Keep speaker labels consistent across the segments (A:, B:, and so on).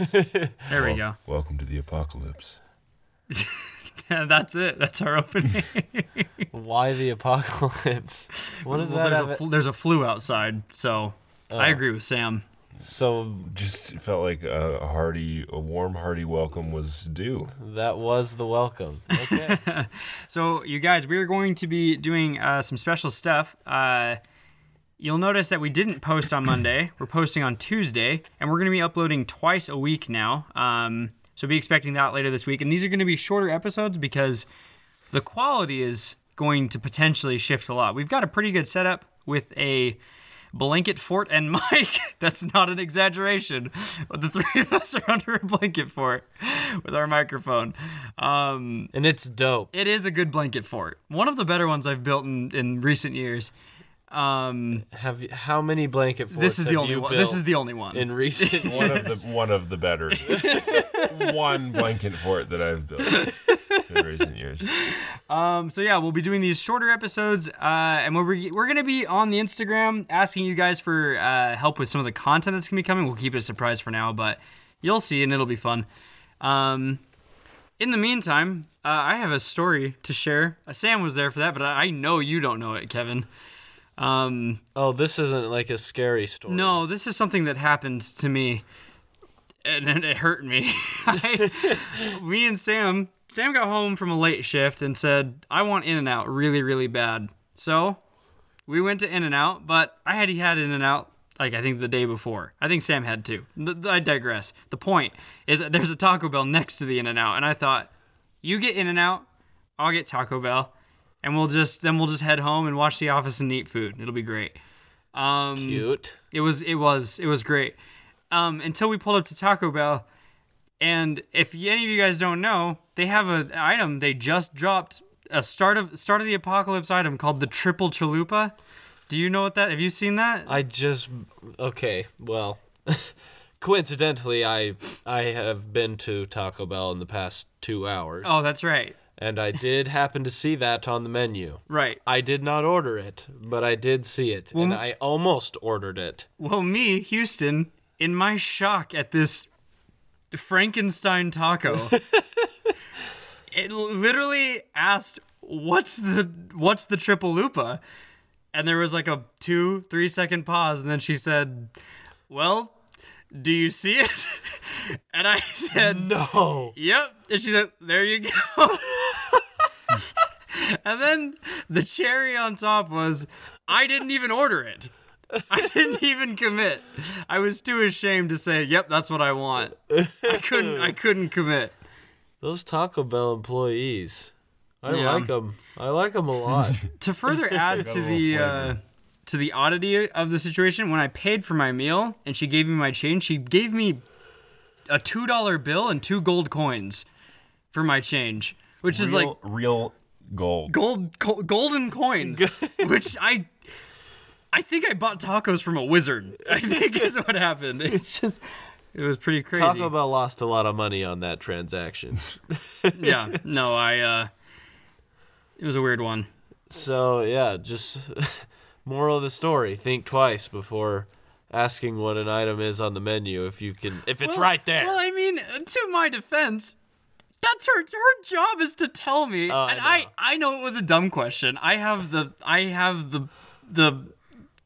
A: There we go.
B: Wel- Welcome to the apocalypse.
A: That's it. That's our opening.
C: Why the apocalypse? What is
A: Well,
C: that?
A: there's,
C: have
A: a
C: it- Oh.
A: fl- there's a flu outside, so I agree with Sam.
C: so
B: Just felt like a a hearty, a warm, hearty welcome was due.
C: that was the welcome. Okay.
A: So, you guys, we are going to be doing uh, some special stuff. Uh, you'll notice that we didn't post on Monday. We're posting on Tuesday, and we're going to be uploading twice a week now. Um, so, be expecting that later this week. And these are going to be shorter episodes because the quality is going to potentially shift a lot. We've got a pretty good setup with a blanket fort and mic. That's not an exaggeration. The three of us are under a blanket fort with our microphone. Um,
C: and it's dope.
A: it is a good blanket fort. One of the better ones I've built in, in recent years. Um,
C: Have you, how many blanket forts?
A: this is the
C: have
A: only
C: you
A: one. This
C: built
A: is the only one.
C: in recent.
B: One of the one of the better. one blanket fort that I've built in recent years.
A: Um, so yeah, we'll be doing these shorter episodes, uh, and we're we're gonna be on the Instagram asking you guys for uh, help with some of the content that's gonna be coming. We'll keep it a surprise for now, but you'll see, and it'll be fun. Um, in the meantime, uh, I have a story to share. Uh, Sam was there for that, but I, I know you don't know it, Kevin. Um,
C: oh, this isn't like a scary story.
A: No, this is something that happened to me, and, and it hurt me. I, me and Sam, Sam got home from a late shift and said, "I want In and Out really, really bad." So we went to In and Out, but I had had In and Out like I think the day before. I think Sam had too. Th- th- I digress. The point is that there's a Taco Bell next to the In and Out, and I thought, you get In and Out, I'll get Taco Bell. And we'll just then we'll just head home and watch The Office and eat food. It'll be great. Um,
C: Cute.
A: it was it was it was great. Um, until we pulled up to Taco Bell, and if y- any of you guys don't know, they have an item they just dropped a start of start of the apocalypse item called the triple chalupa. Do you know what that? Have you seen that?
C: I just okay. Well, coincidentally, I I have been to Taco Bell in the past two hours,
A: Oh, that's right,
C: and I did happen to see that on the menu.
A: right.
C: I did not order it, but I did see it, and I almost ordered it.
A: Well, me, Houston, in my shock at this Frankenstein taco, it l- literally asked, "What's the what's the triple lupa?" And there was like a two three second pause, and then she said, "Well, do you see it?" And I said,
C: No.
A: Yep. And she said, There you go. and then the cherry on top was, I didn't even order it. I didn't even commit. I was too ashamed to say, Yep, that's what I want. I couldn't I couldn't commit.
C: Those Taco Bell employees. I like
A: Yeah.
C: 'em. like them. I like them a lot.
A: to further add to
B: little
A: the uh,
B: flavor.
A: to the oddity of the situation, when I paid for my meal and she gave me my change, she gave me a two dollar bill and two gold coins for my change, which is like
B: real, real gold.
A: gold co- golden coins, which I I think I bought tacos from a wizard. I think is what happened. It's just it was pretty crazy.
C: Taco Bell lost a lot of money on that transaction.
A: yeah, no, I uh it was a weird one.
C: So yeah, just moral of the story: think twice before asking what an item is on the menu. If you can, if it's right there.
A: Well, I mean, to my defense, that's her her job is to tell me.
C: Oh, I
A: and I I know it was a dumb question. I have the I have the the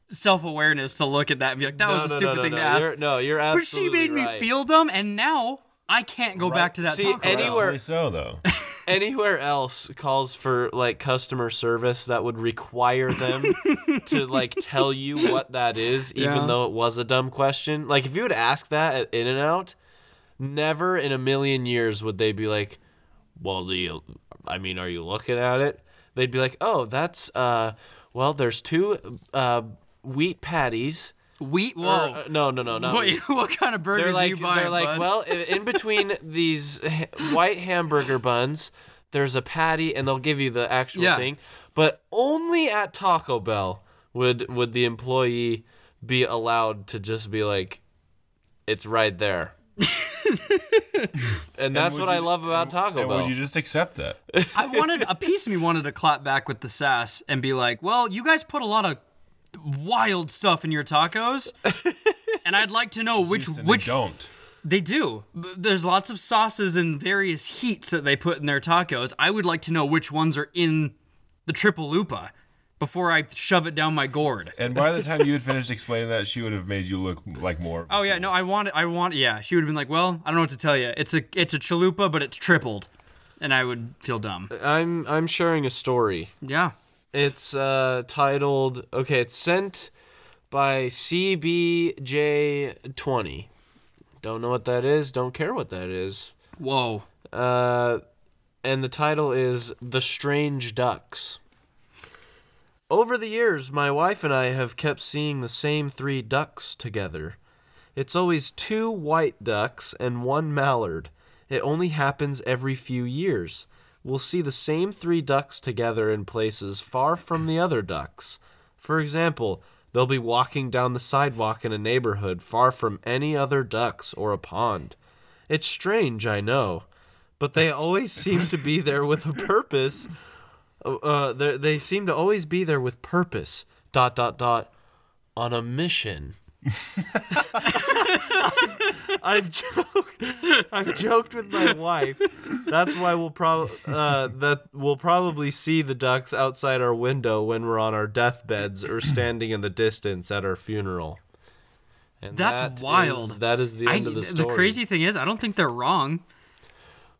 A: self-awareness to look at that and be like that was a stupid thing to ask.
C: You're, no, you're
A: But she
C: absolutely
A: made me
C: right.
A: feel dumb, and now I can't go back to that.
C: See,
A: Taco Bell.
C: anywhere-
B: Rightfully so though.
C: anywhere else calls for like customer service that would require them to like tell you what that is, even
A: Yeah.
C: though it was a dumb question. Like if you would ask that at In and Out, never in a million years would they be like, "Well, do you? I mean, are you looking at it?" They'd be like, "Oh, that's uh, well, there's two uh wheat patties."
A: Wheat? Whoa.
C: Or, uh, no, no, no, not
A: what,
C: wheat.
A: what kind of burgers
C: They're
A: are you
C: like,
A: buying?
C: they're like,
A: bud?
C: well, i- in between these ha- white hamburger buns, there's a patty, and they'll give you the actual
A: Yeah.
C: thing. But only at Taco Bell would would the employee be allowed to just be like, it's right there. and that's
B: would
C: what
B: you-
C: I love about Taco
B: and
C: Bell.
B: would you just accept that?
A: I wanted a piece of me wanted to clap back with the sass and be like, well, you guys put a lot of wild stuff in your tacos, and I'd like to know which
B: Houston, they
A: which
B: don't.
A: They do. B- There's lots of sauces and various heats that they put in their tacos. I would like to know which ones are in the triple lupa before I shove it down my gourd.
B: And by the time you had finished explaining that, she would have made you look like more.
A: Oh yeah, no, I want it. I want. Yeah, she would have been like, "Well, I don't know what to tell you. It's a it's a chalupa, but it's tripled," and I would feel dumb.
C: I'm I'm sharing a story.
A: Yeah.
C: It's uh, titled okay. It's sent by CBJ20. Don't know what that is. Don't care what that is.
A: Whoa.
C: Uh, and the title is The Strange Ducks. Over the years, my wife and I have kept seeing the same three ducks together. It's always two white ducks and one mallard. It only happens every few years. We'll see the same three ducks together in places far from the other ducks. For example, they'll be walking down the sidewalk in a neighborhood far from any other ducks or a pond. It's strange, I know, but they always seem to be there with a purpose. Uh, they they seem to always be there with purpose. Dot dot dot, on a mission. I've joked. I've joked with my wife. That's why we'll prob uh, that we'll probably see the ducks outside our window when we're on our deathbeds or standing in the distance at our funeral. And
A: That's
C: that is-
A: wild.
C: that is the
A: I,
C: end of the story.
A: crazy thing is, I don't think they're wrong.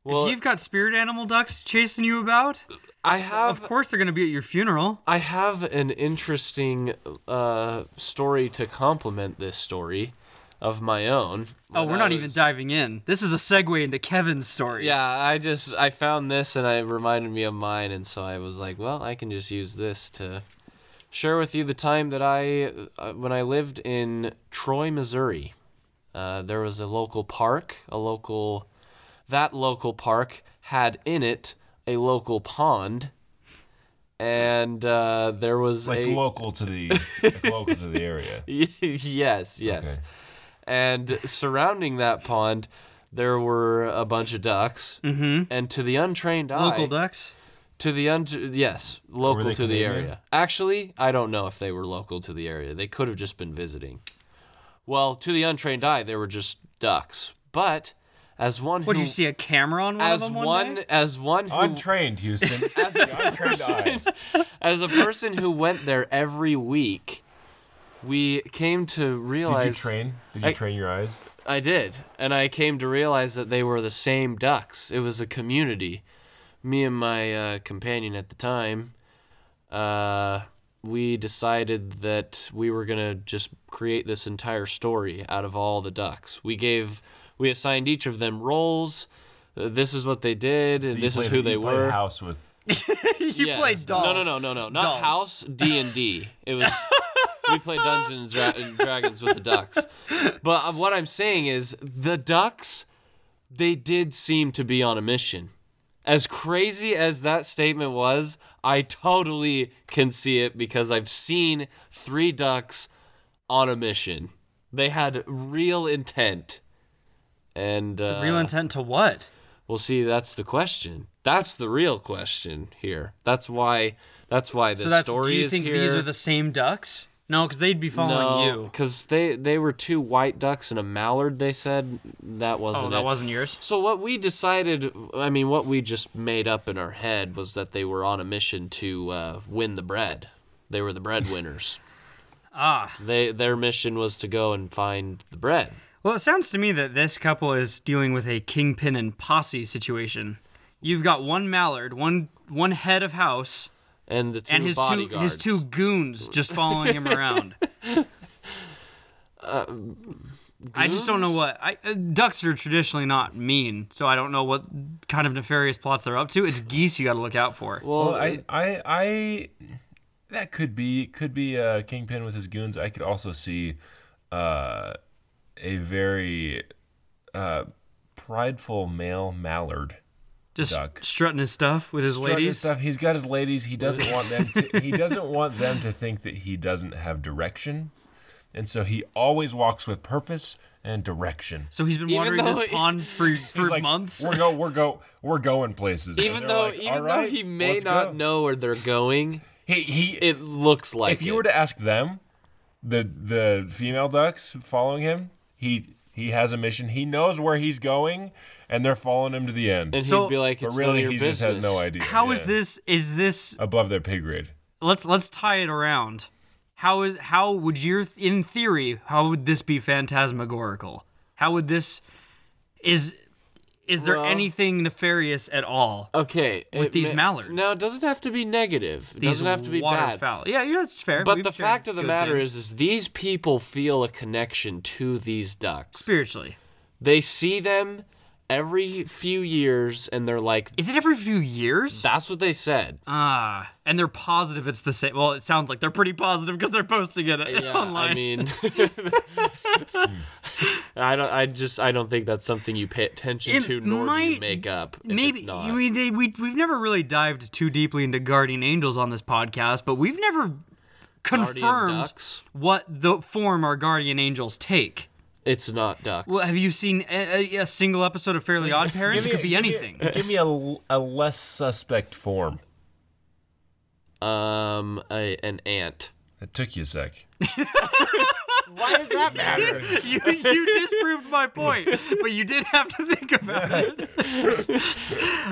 C: Well,
A: if you've got spirit animal ducks chasing you about,
C: I have
A: of course they're going to be at your funeral.
C: I have an interesting uh, story to complement this story of my own.
A: Oh,
C: When
A: we're
C: I
A: not even
C: was-
A: diving in. This is a segue into Kevin's story.
C: Yeah, I just I found this and it reminded me of mine, and so I was like, well, I can just use this to share with you the time that I uh, when I lived in Troy, Missouri. Uh, there was a local park, a local that local park had in it a local pond, and uh, there was
B: like
C: a
B: local to the like local to the area.
C: yes, yes. And surrounding that pond, there were a bunch of ducks. Mm-hmm. And to the untrained eye,
A: Local ducks.
C: to the un- yes, local
B: they
C: to the
B: Canadian?
C: area. Actually, I don't know if they were local to the area. They could have just been visiting. Well, to the untrained eye, they were just ducks. But as one
A: What
C: who
A: did you see a camera on one
C: as
A: of them
C: one,
A: one, day?
C: as one who
B: Untrained, Houston. As an untrained eye.
C: as a person who went there every week, we came to
B: Did
C: realize
B: you train? Did you
C: I-
B: train your eyes?
C: I did, and I came to realize that they were the same ducks. It was a community. Me and my uh, companion at the time, uh, we decided that we were gonna just create this entire story out of all the ducks. We gave, we assigned each of them roles. Uh, this is what they did,
B: So
C: and
B: you
C: this is
B: played-
C: who
B: you
C: they
B: played
C: were.
B: House with
A: you
C: Yes.
A: played dolls.
C: No, no, no, no, no, not
A: Dolls.
C: House D and D. It was we played Dungeons and Dra- and Dragons with the ducks. But uh, what I'm saying is the ducks, they did seem to be on a mission. As crazy as that statement was, I totally can see it because I've seen three ducks on a mission. They had real intent. And uh,
A: Real intent to what?
C: well, see, that's the question. That's the real question here. That's why. That's why this
A: So that's.
C: story
A: do you
C: is
A: think
C: here.
A: these are the same ducks? No, because they'd be following
C: no,
A: you.
C: because they they were two white ducks and a mallard. They said that wasn't.
A: Oh, that
C: it.
A: wasn't yours.
C: So what we decided, I mean, what we just made up in our head was that they were on a mission to uh, win the bread. They were the breadwinners.
A: Ah.
C: They their mission was to go and find the bread.
A: Well, it sounds to me that this couple is dealing with a kingpin and posse situation. You've got one mallard, one one head of house,
C: And the two
A: and his two
C: bodyguards.
A: his two goons just following him around.
B: Uh,
A: I just don't know
C: goons?
A: what I, uh, ducks are traditionally not mean, so I don't know what kind of nefarious plots they're up to. It's geese you got to look out for.
B: Well, I, I, I, that could be could be uh, Kingpin with his goons. I could also see uh, a very uh, prideful male mallard.
A: just
B: duck.
A: strutting his stuff with his
B: Strutting his
A: ladies.
B: stuff. He's got his ladies. He doesn't want them. To, he doesn't want them to think that he doesn't have direction, and so he always walks with purpose and direction.
A: So he's been
C: Even
A: wandering this
C: though he-
A: pond for for
B: Like,
A: months.
B: We're go. We're go. We're going places. And
C: even
B: they're
C: though
B: like, "All
C: even though
B: right,
C: he may
B: let's
C: not
B: go."
C: know where they're going,
B: he he
C: it looks like
B: if you
C: it.
B: were to ask them, the the female ducks following him, he He has a mission. He knows where he's going, and they're following him to the end.
C: And
A: So-
C: he'd be like,
B: but
C: it's none of
B: really,
C: your
B: he
C: business.
B: just has no idea.
A: How is
B: Yeah.
A: this? Is this?
B: above their pay grade?
A: Let's let's tie it around. How is? How would your? In theory, how would this be phantasmagorical? How would this? Is is there
C: Well-
A: anything nefarious at all?
C: Okay. it
A: these mallards.
C: No, it doesn't have to be negative. It
A: These
C: doesn't have to be bad.
A: waterfowl. Yeah, yeah, that's fair.
C: But
A: We've
C: the
A: shared
C: fact of the
A: good
C: matter
A: things.
C: is, is these people feel a connection to these ducks.
A: spiritually.
C: They see them every few years, and they're like,
A: Is it every few years?
C: "That's what they said."
A: Ah, and they're positive it's the same. Well, it sounds like they're pretty positive because they're posting it
C: Yeah,
A: online.
C: I mean, I don't. I just. I don't think that's something you pay attention
A: It
C: to, nor do you
A: might-
C: make up. if it's
A: Maybe
C: not.
A: I mean they, we we've never really dived too deeply into guardian angels on this podcast, but we've never
C: Guardian
A: confirmed
C: ducks.
A: what the form our guardian angels take.
C: It's not ducks.
A: Well, have you seen a, a, a single episode of Fairly Odd Parents? It could be anything.
B: Give me a, l- a less suspect form.
C: um, a, an ant.
B: It took you a sec.
C: Why does that matter?
A: you you disproved my point, but you did have to think about it.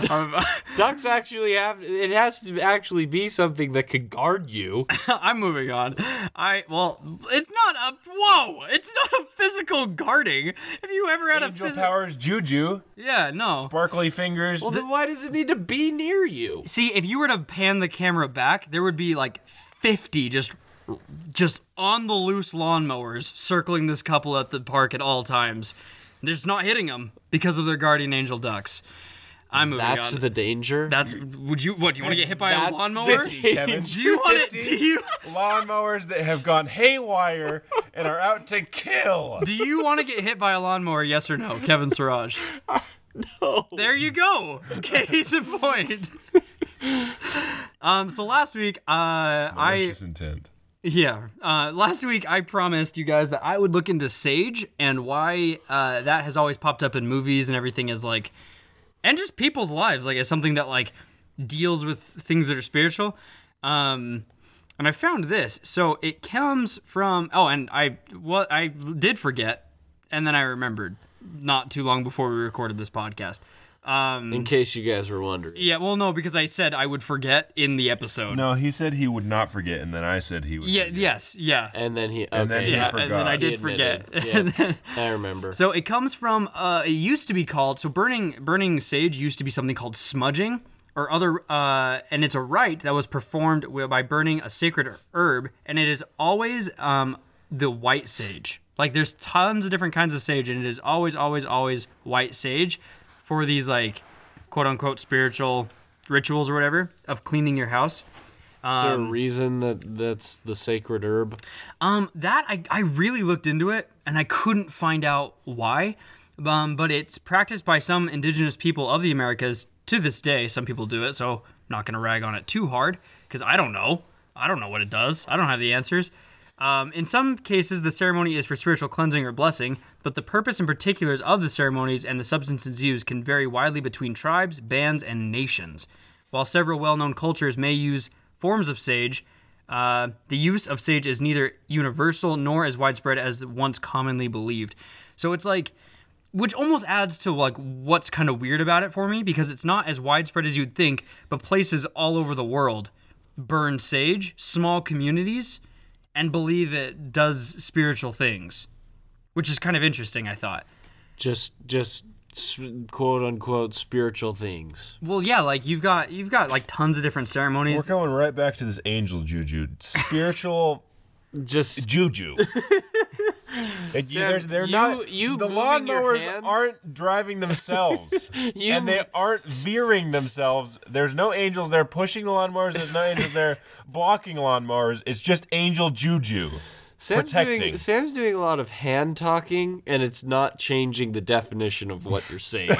A: Um,
C: ducks actually have. It has to actually be something that could guard you.
A: I'm moving on. I well, it's not a whoa. It's not a physical guarding. Have you ever had a
B: Angel
A: physical?
B: powers, juju,
A: Yeah, no.
B: sparkly fingers.
C: Well, then why does it need to be near you?
A: See, if you were to pan the camera back, there would be like 50 just just on the loose lawnmowers circling this couple at the park at all times. They're just not hitting them because of their guardian angel ducks. I'm moving
C: That's
A: on.
C: the danger.
A: that's would you what? Do you want to get hit by
C: That's
A: a
C: the
A: lawnmower?
C: danger.
B: Kevin.
A: Do you want it?
B: 50
A: Do you
B: lawnmowers that have gone haywire and are out to kill.
A: do you want to get hit by a lawnmower? Yes or no, Kevin Siraj?
C: No.
A: There you go. Case in point. um. So last week, uh, I
B: Malicious intent.
A: Yeah. Uh, last week, I promised you guys that I would look into Sage and why uh, that has always popped up in movies and everything is like, and just people's lives, like, as something that, like, deals with things that are spiritual. Um, and I found this. So it comes from, oh, and I, what I did forget, and then I remembered not too long before we recorded this podcast. Um,
C: In case you guys were wondering.
A: yeah, well, no, because I said I would forget in the episode.
B: No, he said he would not forget, and then I said he would.
A: Yeah,
B: forget.
A: yes, yeah.
C: And then he. Okay,
B: And then he
A: Yeah,
B: forgot.
A: and then I
B: He
A: did
C: admitted.
A: forget.
C: Yeah, I remember.
A: So it comes from uh, it used to be called so burning burning sage used to be something called smudging or other uh, and it's a rite that was performed wi- by burning a sacred herb and it is always um, the white sage. Like there's tons of different kinds of sage and it is always always always white sage for these like quote unquote spiritual rituals or whatever of cleaning your house.
C: Is there a reason that that's the sacred herb?
A: Um, that I, I really looked into it and I couldn't find out why. Um, but it's practiced by some indigenous people of the Americas to this day. Some people do it, so I'm not gonna rag on it too hard because I don't know. I don't know what it does. I don't have the answers. Um, in some cases, the ceremony is for spiritual cleansing or blessing, but the purpose and particulars of the ceremonies and the substances used can vary widely between tribes, bands, and nations. While several well known cultures may use forms of sage, uh, the use of sage is neither universal nor as widespread as once commonly believed. So it's like, which almost adds to like what's kind of weird about it for me because it's not as widespread as you'd think, but places all over the world burn sage, small communities, and believe it does spiritual things, which is kind of interesting. I thought.
C: Just just s- quote unquote spiritual things.
A: Well, yeah, like you've got you've got like tons of different ceremonies.
B: We're going right back to this angel juju, spiritual
C: Just
B: juju. And you- they're they're
C: you-
B: not.
C: you
B: the
C: moving your
B: lawnmowers
C: hands-
B: aren't driving themselves,
C: You-
B: and they aren't veering themselves. There's no angels there pushing the lawnmowers. There's no angels there blocking lawnmowers. It's just angel juju.
C: Sam's doing
B: protecting.
C: Sam's doing a lot of hand talking, and it's not changing the definition of what you're saying.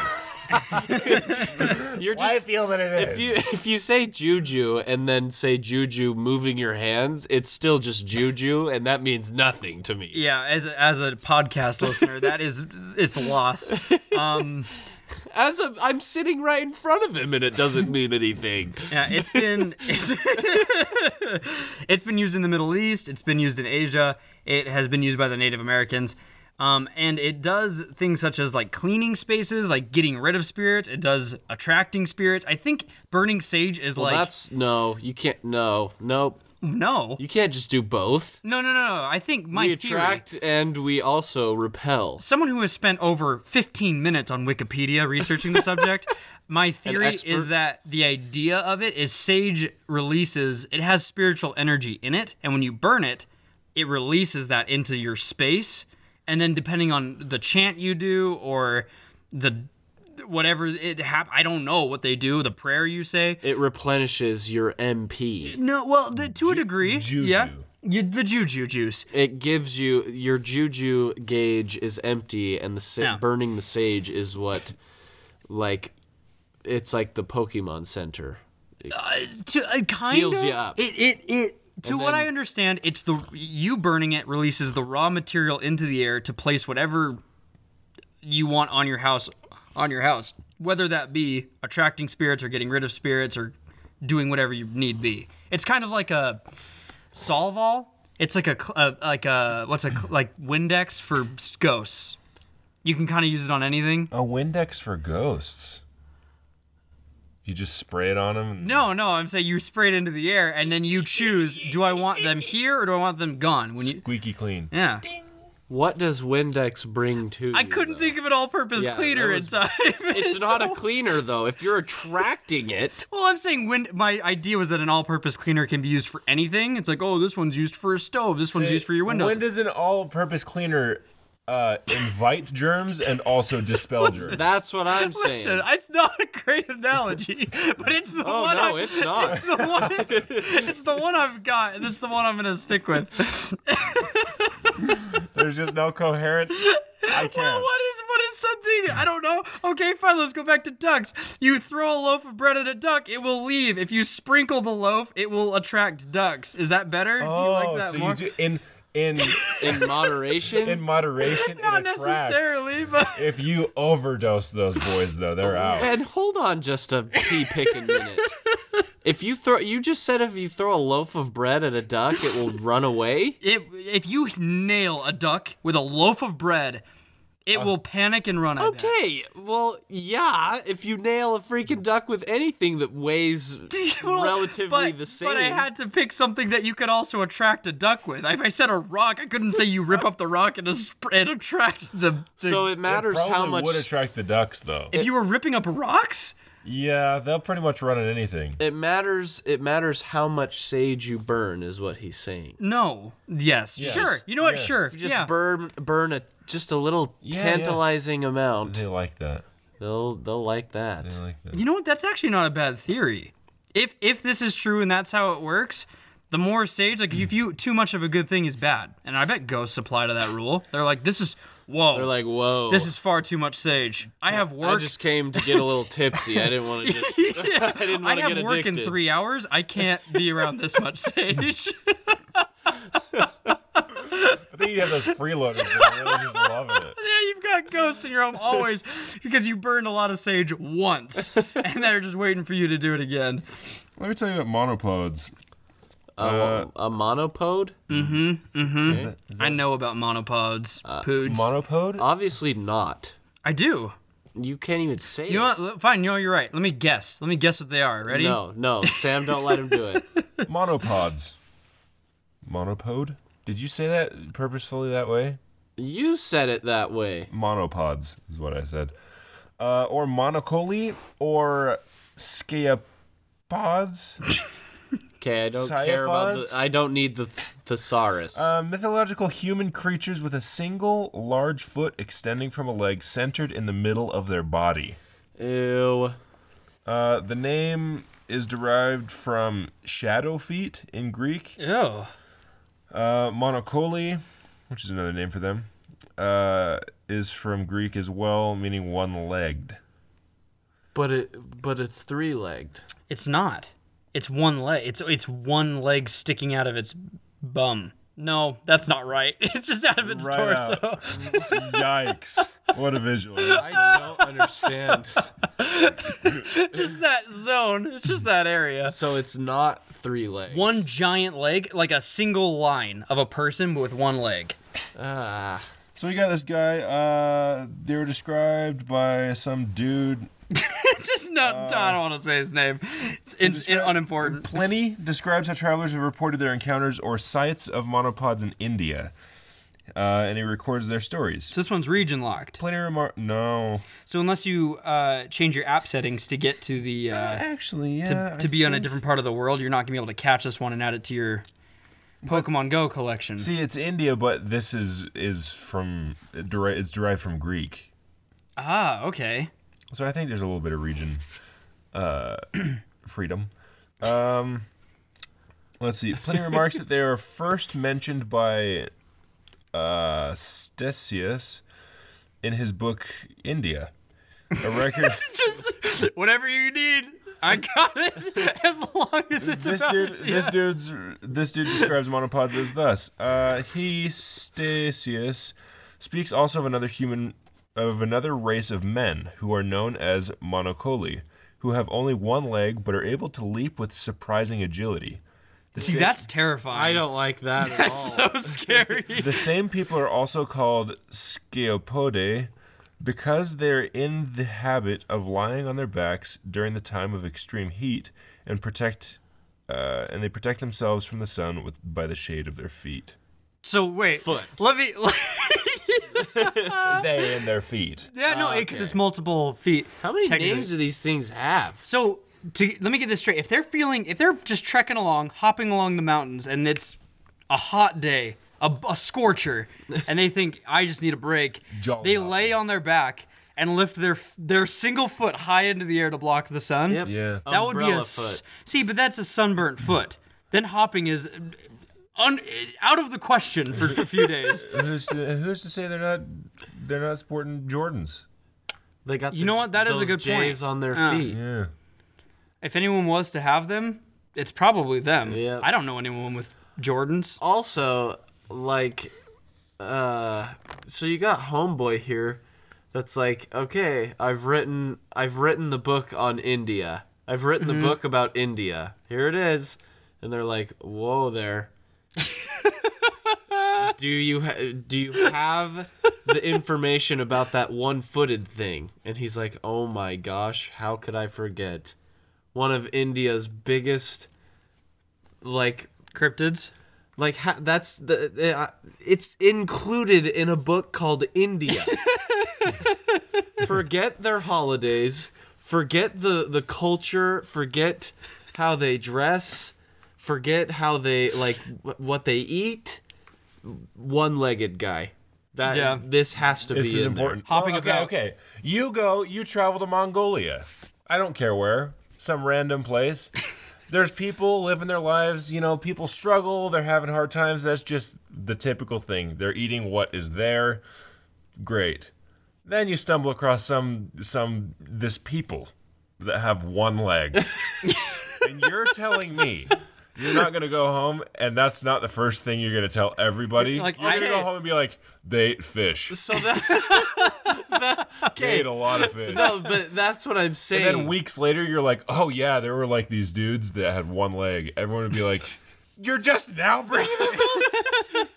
C: you're just
B: feel that it
C: if you if you say juju and then say juju moving your hands, it's still just juju, and that means nothing to me.
A: Yeah, as a, as a podcast listener, that is it's a loss.
C: As a, I'm sitting right in front of him, and it doesn't mean anything.
A: Yeah, it's been it's, it's been used in the Middle East. It's been used in Asia. It has been used by the Native Americans. Um, and it does things such as like cleaning spaces, like getting rid of spirits. It does attracting spirits. I think burning sage is
C: Well,
A: like
C: that's no. You can't. No. Nope.
A: no,
C: You can't just do both.
A: no, no, no, no. I think my
C: we
A: theory-
C: attract and we also repel.
A: someone who has spent over 15 minutes on Wikipedia researching the subject, my theory
C: expert.
A: is that the idea of it is sage releases, it has spiritual energy in it, and when you burn it, it releases that into your space. And then depending on the chant you do or the whatever it hap I don't know what they do, the prayer you say.
C: It replenishes your MP.
A: No, well, the, to a degree,
B: juju.
A: yeah. You, the juju juice.
C: It gives you your juju gauge is empty, and the sa-
A: Yeah.
C: burning the sage is what, like, it's like the Pokemon Center.
A: to uh, kind
C: Heals
A: of
C: you up.
A: it it it to
C: And
A: what
C: then-
A: I understand, it's the you burning it releases the raw material into the air to place whatever you want on your house on your house, whether that be attracting spirits or getting rid of spirits or doing whatever you need be. It's kind of like a solvol. It's like a, cl- uh like a what's a cl- like Windex for s- ghosts. You can kind of use it on anything.
B: A Windex for ghosts. You just spray it on them.
A: No, no, I'm saying you spray it into the air and then you choose do I want them here or do I want them gone? When you
B: Squeaky clean.
A: Yeah.
C: What does Windex bring to?
A: I
C: you,
A: couldn't
C: though?
A: think of an all-purpose
C: Yeah, that
A: cleaner
C: was-
A: in time.
C: It's
A: So-
C: not a cleaner though. If you're attracting it,
A: Well, I'm saying when my idea was that an all-purpose cleaner can be used for anything. It's like, oh, this one's used for a stove. This one's used for your windows.
B: When does an all-purpose cleaner uh, invite germs and also dispel germs?
C: that's what I'm saying.
A: Listen, it's not a great analogy, but it's the
C: oh
A: one
C: no,
A: I-
C: it's not.
A: it's the one. It's the one I've got, and it's the one I'm gonna stick with.
B: There's just no coherent. I can't.
A: Well, what is what is something? I don't know. Okay, fine. Let's go back to ducks. You throw a loaf of bread at a duck, it will leave. If you sprinkle the loaf, it will attract ducks. Is that better? do you like
B: Oh,
A: that
B: so
A: more?
B: you do in in
C: In moderation.
B: in moderation. it
A: Not
B: attracts.
A: necessarily, Oh, but
B: If you overdose those boys, though, they're out.
C: And hold on just a pee picking minute. If you throw, you just said if you throw a loaf of bread at a duck, it will run away.
A: it, if you nail a duck with a loaf of bread, it
B: Uh,
A: will panic and run. I bet.
C: Okay, well, yeah. If you nail a freaking duck with anything that weighs
A: Well,
C: relatively
A: but-
C: the same,
A: But I had to pick something that you could also attract a duck with. If I said a rock, I couldn't say you rip up the rock and, sp- and attract the. the
C: so it matters
B: probably
C: how much.
B: would attract the ducks, though.
A: if you were ripping up rocks.
B: yeah, they'll pretty much run at anything.
C: it matters. It matters how much sage you burn, is what he's saying.
A: No. Yes. Sure. You know what?
B: Yeah.
A: Sure.
C: Just
A: yeah.
C: burn, burn a just a little
B: yeah.
C: tantalizing amount.
B: They like that.
C: They'll they'll like that.
B: They like that.
A: you know what? That's actually not a bad theory. If if this is true and that's how it works, the more sage, like if you too much of a good thing is bad, and I bet ghosts apply to that rule. They're like, this is whoa.
C: They're like, whoa.
A: this is far too much sage. I have
C: I
A: work.
C: just came to get a little tipsy. I didn't want to just. I didn't
A: I
C: want to
A: have
C: get
A: work
C: addicted.
A: in three hours. I can't be around this much sage.
B: I think you have those freeloaders that are really just loving it.
A: yeah, you've got ghosts in your home always because you burned a lot of sage once, and they're just waiting for you to do it again.
B: Let me tell you about monopods.
C: A,
B: Uh,
C: a monopode?
A: I know about monopods,
C: Uh,
A: poods.
B: Monopod?
C: Obviously not.
A: I do.
C: You can't even say.
A: You know
C: it.
A: what? L- Fine. You know you're right. Let me guess. Let me guess what they are. Ready?
C: No, no, Sam, don't let him do it.
B: Monopods. Monopod? Did you say that purposefully that way?
C: You said it that way.
B: Monopods is what I said. Uh, or monocoly or sciapods.
C: Okay, I don't care about the.
B: Cyclopods?
C: I don't need the th- thesaurus.
B: Uh, mythological human creatures with a single large foot extending from a leg centered in the middle of their body.
C: Ew.
B: Uh, the name is derived from shadow feet in Greek.
A: Oh.
B: Uh, Monocoli, which is another name for them, uh, is from Greek as well, meaning one-legged.
C: But it, but it's three-legged.
A: It's not. It's one leg. It's it's one leg sticking out of its bum. No, that's not right. It's just out of its
B: Right
A: torso.
B: out. Yikes! what a visual.
C: I don't understand.
A: just that zone. It's just that area.
C: so it's not three legs.
A: One giant leg, like a single line of a person but with one leg.
C: Ah.
B: So we got this guy. Uh, they were described by some dude.
A: Just not. I don't want to say his name. It's in, in,
B: Uh. describe-
A: unimportant.
B: Plenty describes how travelers have reported their encounters or sights of monopods in India, uh, and he records their stories.
A: So this one's region locked.
B: Plenty remark. No,
A: So unless you uh, change your app settings to get to the uh,
B: actually, yeah.
A: to,
B: I
A: to be on a different part of the world, you're not gonna be able to catch this one and add it to your Pokemon Go collection.
B: See, it's India, but this is is from deri- it's derived from Greek.
A: ah, okay.
B: So I think there's a little bit of region uh, freedom. Um, let's see. Pliny remarks that they are first mentioned by uh, Ctesias in his book India, a record.
A: Just whatever you need. I got it. As long as it's
B: this
A: about
B: dude,
A: it.
B: this dude's, this dude describes monopods as thus: uh, he Stasius speaks also of another human, of another race of men who are known as monocoli, who have only one leg but are able to leap with surprising agility. The
A: See,
B: same-
A: that's terrifying.
C: I don't like that at all.
A: So scary.
B: The same people are also called sciopode because they're in the habit of lying on their backs during the time of extreme heat and protect uh, and they protect themselves from the sun with by the shade of their feet.
A: so wait,
C: Foot.
A: let me.
B: they and their feet.
A: yeah, no, because it's multiple feet.
C: How many
A: technically.
C: names do these things have?
A: So to, let me get this straight. If they're feeling, if they're just trekking along, hopping along the mountains, and it's a hot day, a, a scorcher, and they think I just need a break,
B: Jolly
A: they
B: hopping.
A: lay on their back and lift their their single foot high into the air to block the sun.
C: Yep.
B: Yeah.
A: That would be a
C: Umbrella
A: s- see, but that's a sunburnt foot. Then hopping is. Un, out of the question for a few days.
B: who's to, who's to say they're not they're not sporting Jordans?
C: They got
A: You know what? That
C: That
A: is
C: is
A: a good point.
C: J's on their
A: Uh.
C: feet.
B: Yeah.
A: If anyone was to have them, it's probably them.
C: Yep.
A: I don't know anyone with Jordans.
C: Also, like, uh, so you got Homeboy here. That's like, okay, I've written, I've written the book on India. I've written the book about India. Here it is, and they're like, whoa, there. do you ha- do you have the information about that one-footed thing? And he's like, oh my gosh, how could I forget? One of India's biggest, like,
A: Cryptids.
C: like ha- that's the uh, it's included in a book called India. forget their holidays, forget the the culture, forget how they dress, forget how they like w- what they eat. One-legged guy. That
A: Yeah.
C: this has to
B: This
C: be
B: is
C: in there.
B: important.
A: Hopping
B: okay,
A: about.
B: okay. You go, you travel to Mongolia. I don't care where, some random place. There's people living their lives, you know, people struggle, they're having hard times. That's just the typical thing. They're eating what is there. Great. Then you stumble across some some this people that have one leg. and you're telling me you're not gonna go home and that's not the first thing you're gonna tell everybody.
A: Like,
B: you're
A: I-
B: gonna go home and be like, they ate fish.
C: So that,
B: They ate a lot of fish.
C: no, but that's what I'm saying.
B: And then weeks later, you're like, oh yeah, there were like these dudes that had one leg. Everyone would be like, you're just now bringing this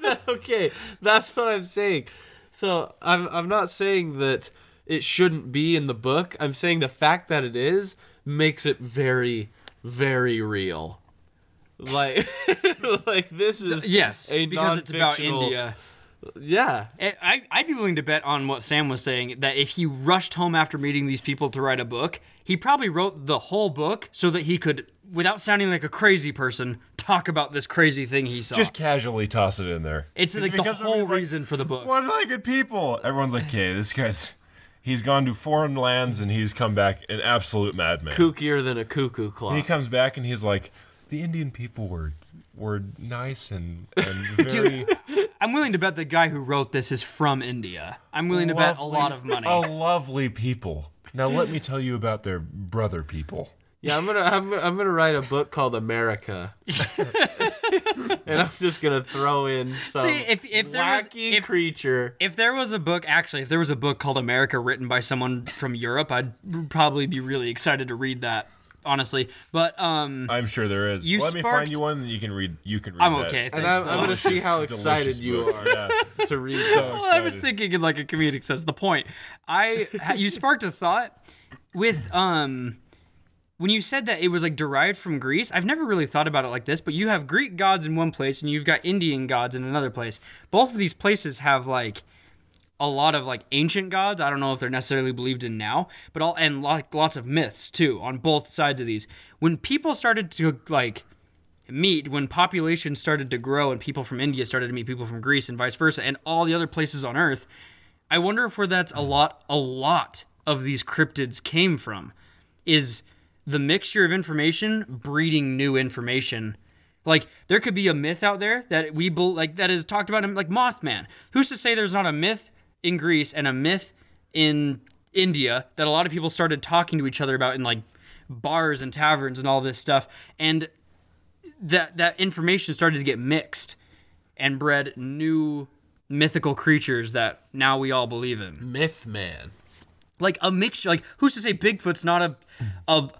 B: up.
C: okay, that's what I'm saying. So I'm I'm not saying that it shouldn't be in the book. I'm saying the fact that it is makes it very, very real. Like, like this is
A: Yes,
C: a
A: because it's about
C: non-fictional-
A: India.
C: Yeah,
A: I, I- I'd be willing to bet on what Sam was saying that if he rushed home after meeting these people to write a book, he probably wrote the whole book so that he could, without sounding like a crazy person, talk about this crazy thing he saw.
B: Just casually toss it in there.
A: it's like the
B: because
A: whole
B: somebody's like,
A: reason for the book.
B: One-legged people. Everyone's like, okay, this guy's. He's gone to foreign lands and he's come back an absolute madman.
C: kookier than a cuckoo clock.
B: He comes back and he's like, the Indian people were were nice and, and very
A: I'm willing to bet the guy who wrote this is from India. I'm willing to bet a
B: lovely- Oh.
A: lot of money.
B: A lovely people. Now let me tell you about their brother people.
C: Yeah, I'm gonna I'm, gonna- I'm gonna write a book called America, and I'm just gonna throw in some
A: See, if- if there was-
C: wacky
A: if-
C: creature.
A: If there was a book, actually, if there was a book called America written by someone from Europe, I'd probably be really excited to read that. honestly. But um,
B: I'm sure there is.
A: You
B: Let me
A: sparked-
B: find you one that you can read. You can read.
A: I'm
B: that.
A: okay. Thanks.
C: And I'm, I'm
A: though.
C: gonna see how
B: Delicious
C: excited you
B: book.
C: are
B: Yeah.
C: to read. So
A: well, Oh, I was
B: excited.
A: thinking in like a comedic sense. The point I ha- you sparked a thought with um when you said that it was like derived from Greece. I've never really thought about it like this, but you have Greek gods in one place and you've got Indian gods in another place. Both of these places have like a lot of like ancient gods. I don't know if they're necessarily believed in now, but all and like lots of myths too on both sides of these. When people started to like meet when populations started to grow and people from India started to meet people from Greece and vice versa and all the other places on earth I wonder if where that's a lot a lot of these cryptids came from is the mixture of information breeding new information like there could be a myth out there that we bel like that is talked about in, like Mothman who's to say there's not a myth in Greece and a myth in India that a lot of people started talking to each other about in like bars and taverns and all this stuff and that that information started to get mixed and bred new mythical creatures that now we all believe in.
C: Myth man.
A: Like a mixture like who's to say Bigfoot's not a a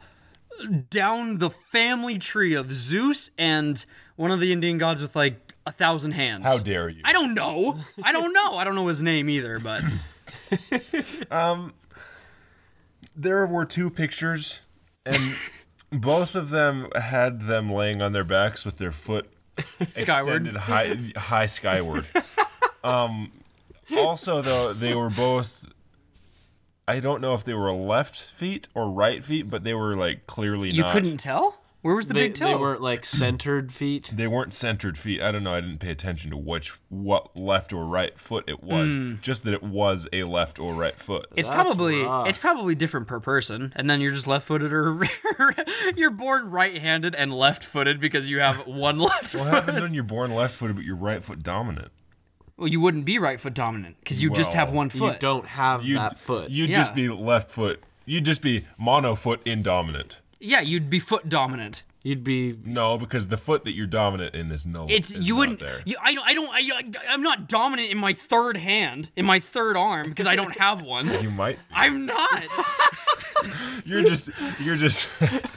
A: down the family tree of Zeus and one of the Indian gods with like a thousand hands.
B: How dare you?
A: I don't know. I don't know. I don't know his name either, but
B: there were two pictures, and both of them had them laying on their backs with their foot
A: Skyward.
B: extended high, high skyward. um, also, though, they were both. I don't know if they were left feet or right feet, but they were like clearly
A: you
B: not.
A: couldn't tell? Where was the
C: They,
A: big toe?
C: they weren't like centered feet.
B: They weren't centered feet. I don't know. I didn't pay attention to which what left or right foot it was. Just that it was a left or right foot.
A: Hmm. It's
C: That's
A: probably
C: rough.
A: it's probably different per person, and then you're just left-footed or you're born right-handed and left-footed because you have one left
B: what
A: foot.
B: happens when you're born left footed but your right foot dominant?
A: Well, you wouldn't be right foot dominant because you just have
B: Well,
A: one
C: You
A: foot.
C: don't have
B: You'd-
C: that foot.
B: You'd
A: Yeah.
B: just be left foot. You'd just be mono foot indominant.
A: Yeah, you'd be foot dominant.
C: You'd be
B: No, because the foot that you're dominant in is no.
A: It's
B: is
A: you
B: not
A: wouldn't.
B: there.
A: You, I don't. I don't. I, I'm not dominant in my third hand, in my third arm, because I don't have one.
B: You might.
A: I'm not.
B: You're just. You're just.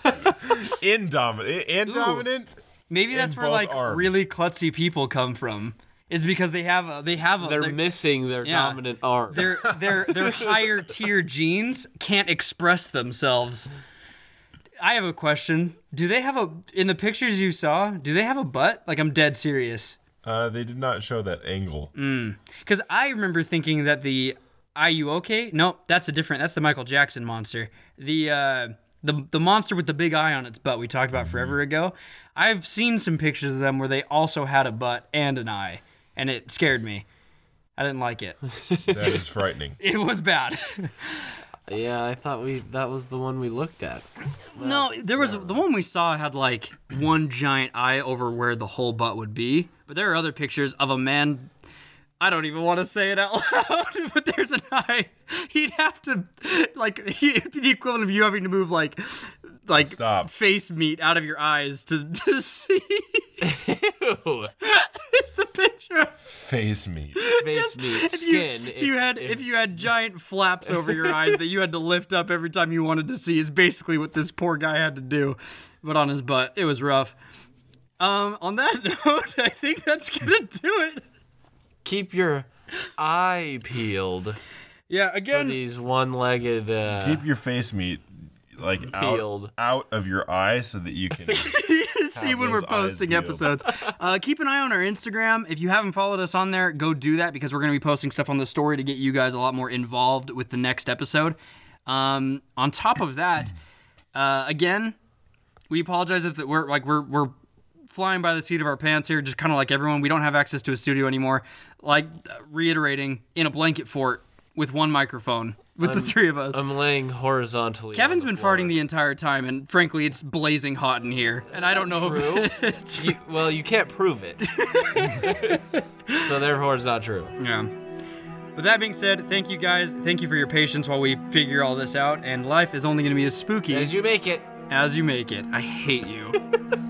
B: indominant. Indominant.
A: Maybe that's where
B: both
A: like
B: arms.
A: really klutzy people come from, is because they have a they have a
C: they're
A: they-
C: missing their
A: Yeah.
C: dominant arm.
A: their their their higher tier genes can't express themselves. I have a question. Do they have a in the pictures you saw? Do they have a butt? Like I'm dead serious.
B: Uh, they did not show that angle.
A: Mm. Because I remember thinking that the Are you okay? Nope, that's a different. That's the Michael Jackson monster. The uh, the the monster with the big eye on its butt we talked about forever ago. I've seen some pictures of them where they also had a butt and an eye, and it scared me. I didn't like it.
B: That is frightening.
A: It was bad.
C: yeah, I thought we that was the one we looked at.
A: no, there was the one we saw had like one giant eye over where the whole butt would be, but there are other pictures of a man. I don't even want to say it out loud, but there's an eye. He'd have to, like, he, it'd be the equivalent of you having to move like, like
B: Stop.
A: face meat out of your eyes to to see. it's the picture. of-
B: Face me.
C: Face meat,
A: If you,
C: skin.
A: if you had if, you had giant flaps over your eyes that you had to lift up every time you wanted to see is basically what this poor guy had to do, but on his butt. It was rough. Um, on that note, I think that's gonna do it.
C: keep your eye peeled
A: Yeah,
C: for
A: again,
C: these one-legged. Uh,
B: Keep your face meat like out,
C: Peeled.
B: out of your eye so that you can.
A: see
B: have
A: when we're
B: those eyes
A: posting
B: peeled.
A: episodes. Uh, keep an eye on our Instagram. If you haven't followed us on there, go do that because we're going to be posting stuff on the story to get you guys a lot more involved with the next episode. Um, on top of that, uh, again, we apologize if that we're like we're we're flying by the seat of our pants here, just kind of like everyone. We don't have access to a studio anymore. Like uh, reiterating, in a blanket fort with one microphone with the three of us.
C: I'm laying horizontally.
A: Kevin's
C: on the
A: been
C: floor.
A: farting the entire time, and frankly, it's blazing hot in here. And I don't know
C: True.
A: if it's
C: You, well, you can't prove it, so therefore it's not true.
A: Yeah. But that being said, thank you guys. Thank you for your patience while we figure all this out. And life is only going to be as spooky
C: As you make it.
A: as you make it. I hate you.